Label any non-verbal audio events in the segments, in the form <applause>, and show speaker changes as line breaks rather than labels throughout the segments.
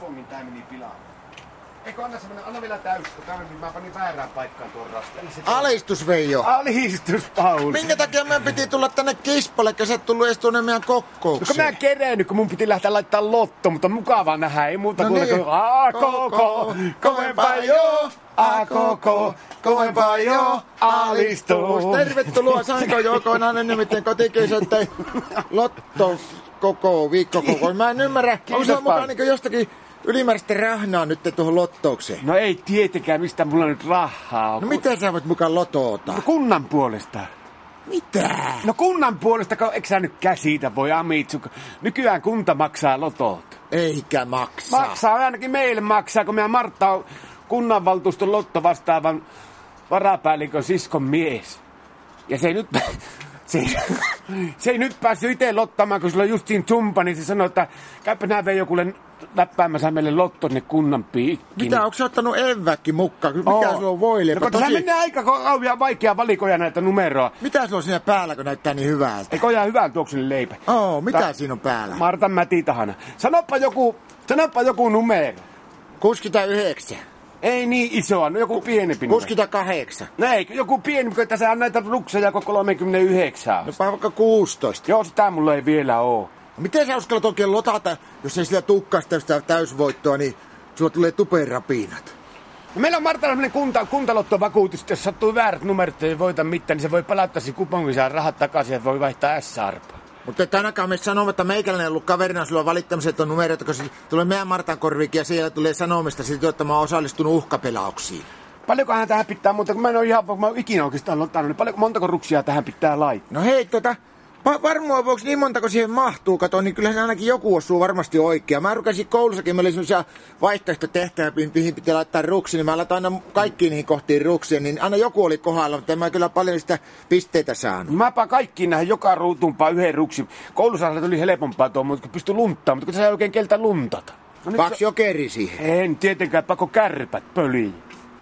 pommin tää meni pilaamaan. Eikö anna semmonen, anna vielä täystä. Tämä meni, mä panin väärään paikkaan tuon rastin. Eli se-
Alistus, Veijo.
Alistus, Pauli.
Minkä takia meidän piti tulla tänne kispalle, kun sä et tullut edes tuonne meidän
No kun
kokoukseen?
mä en kerennyt, kun mun piti lähteä laittaa lotto, mutta mukavaa nähdä, ei muuta
No
kuin
niin.
kun A, koko, kovempaa jo, A, koko, kovempaa jo, alistus.
Tervetuloa Sanko Joukoinen, nimittäin kotikisoittain Lotto koko viikko koko. Mä en ymmärrä, onko se
Kiitos
mukaan
paljon.
niin jostakin ylimääräistä rahnaa nyt tuohon lottoukseen?
No ei tietenkään, mistä mulla nyt rahaa on.
No mitä sä voit mukaan lotota?
No kunnan puolesta.
Mitä?
No kunnan puolesta, kun eikö sä nyt käsitä voi Amitsu, kun nykyään kunta maksaa lotot.
Eikä maksa.
Maksaa, ainakin meille maksaa, kun meidän Martta on kunnanvaltuuston lotto vastaavan varapäällikön siskon mies. Ja se ei nyt, <laughs> se, ei- se ei nyt päässyt itse lottamaan, kun sillä on just siinä tumpa, niin se sanoi, että käypä nää Veijokulle läppäämässä meille lotto ne kunnan piikkiin.
Mitä, onko sä ottanut evääkin mukaan? Mikä
Oo.
sulla on voileipä?
No, Tosi...
Tosi-
menee aika kauhia vaikea valikoja näitä numeroa.
Mitä sulla on siinä päällä, kun näyttää niin hyvältä?
Eikö ole hyvän tuoksunen leipä?
Oo, mitä
Ta-
siinä on päällä?
Martan mäti tahana. Sanoppa joku, sanoppa joku numero.
69.
Ei niin isoa, no joku pienempi numero.
68.
No ei, joku pienempi, kun tässä on näitä rukseja koko 39.
No vaikka 16.
Joo, sitä mulla ei vielä oo.
Miten sä uskallat oikein lotata, jos ei sillä tukkaa sitä- sitä täysvoittoa, niin sulla tulee tuperapinat.
No meillä on Martalla sellainen kunta, kuntalottovakuutus, että jos sattuu väärät numerot ei voita mitään, niin se voi palauttaa sen kupongin, saa rahat takaisin ja voi vaihtaa S-arpaa.
Mutta et ainakaan me sanoa, että meikäläinen ei ollut kaverina sulla valittamisen, että on numeroita, kun se tulee meidän Martan korvikin ja siellä tulee sanomista siitä, että mä oon osallistunut uhkapelauksiin.
Paljonkohan tähän pitää muuta, kun mä en ole ihan, mä oon ikinä oikeastaan ottanut, niin paljonko, montako ruksia tähän pitää laittaa?
No hei, tota, va- varmuuden vuoksi niin montako siihen mahtuu, kato, niin kyllähän ainakin joku osuu varmasti oikea. Mä rukasin koulussakin, meillä oli sellaisia vaihtoehtotehtäviä, mihin- mihin pitää laittaa ruksi, niin mä laitan aina kaikkiin niihin kohtiin ruksia, niin aina joku oli kohdalla, mutta en mä kyllä paljon sitä pisteitä saanut.
Mäpä kaikkiin näihin joka ruutumpaa yhden ruksin. Koulussa tuli helpompaa tuo, mutta kun pystyi lunttaamaan, mutta kun sä ei oikein keltä luntata. No nyt
Kaksi
se-
jokeri siihen.
En tietenkään, pakko kärpät pöliin.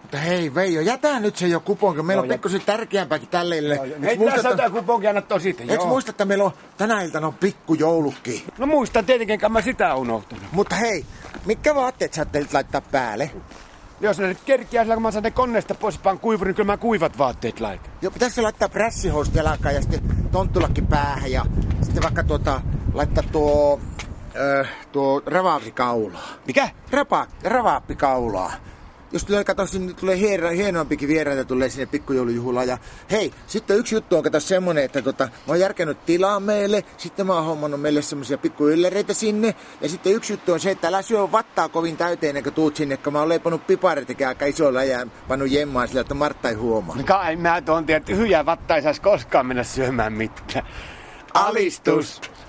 Mutta hei Veijo, jätä nyt se jo kuponki. Meillä on
Joo, jä-
pikkusen tärkeämpääkin tälle.
Ei
Eiks
tässä
muista,
jotain
että-
kuponkia anna toi siitä,
eiks
joo.
muista, että meillä on tänä iltana on pikkujoulukki?
No muistan tietenkin, mä sitä unohtanut.
Mutta hei, mitkä vaatteet sä ajattelit laittaa päälle?
Jos ne nyt kerkiää sillä, kun mä saan ne koneesta pois, vaan kuivun, niin kyllä mä kuivat vaatteet laitan.
Jo, pitäisikö laittaa prässihousut jalkaan ja sitten tonttulakki päähän ja sitten vaikka tuota, laittaa tuo, äh, tuo ravaappi kaulaa.
Mikä?
Rapa, ravaappi kaulaa. Jos tulee, kato, sinne tulee hiero, hienoampikin vieraita tulee sinne pikkujoulujuhlaan. Ja hei, sitten yksi juttu on, kato semmonen, että tota, mä oon järkännyt tilaa meille, sitten mä oon hommannut meille semmoisia pikkujyllereitä sinne. Ja sitten yksi juttu on se, että älä syö vattaa kovin täyteen, ennen kuin tuut sinne, kun mä oon leiponut piparitikin aika isolla ja pannut jemmaan sillä, että Martta ei
No
huomaa.
Kai mä tuon tiedä, että tyhjää vatta ei saisi koskaan mennä syömään mitään. Alistus!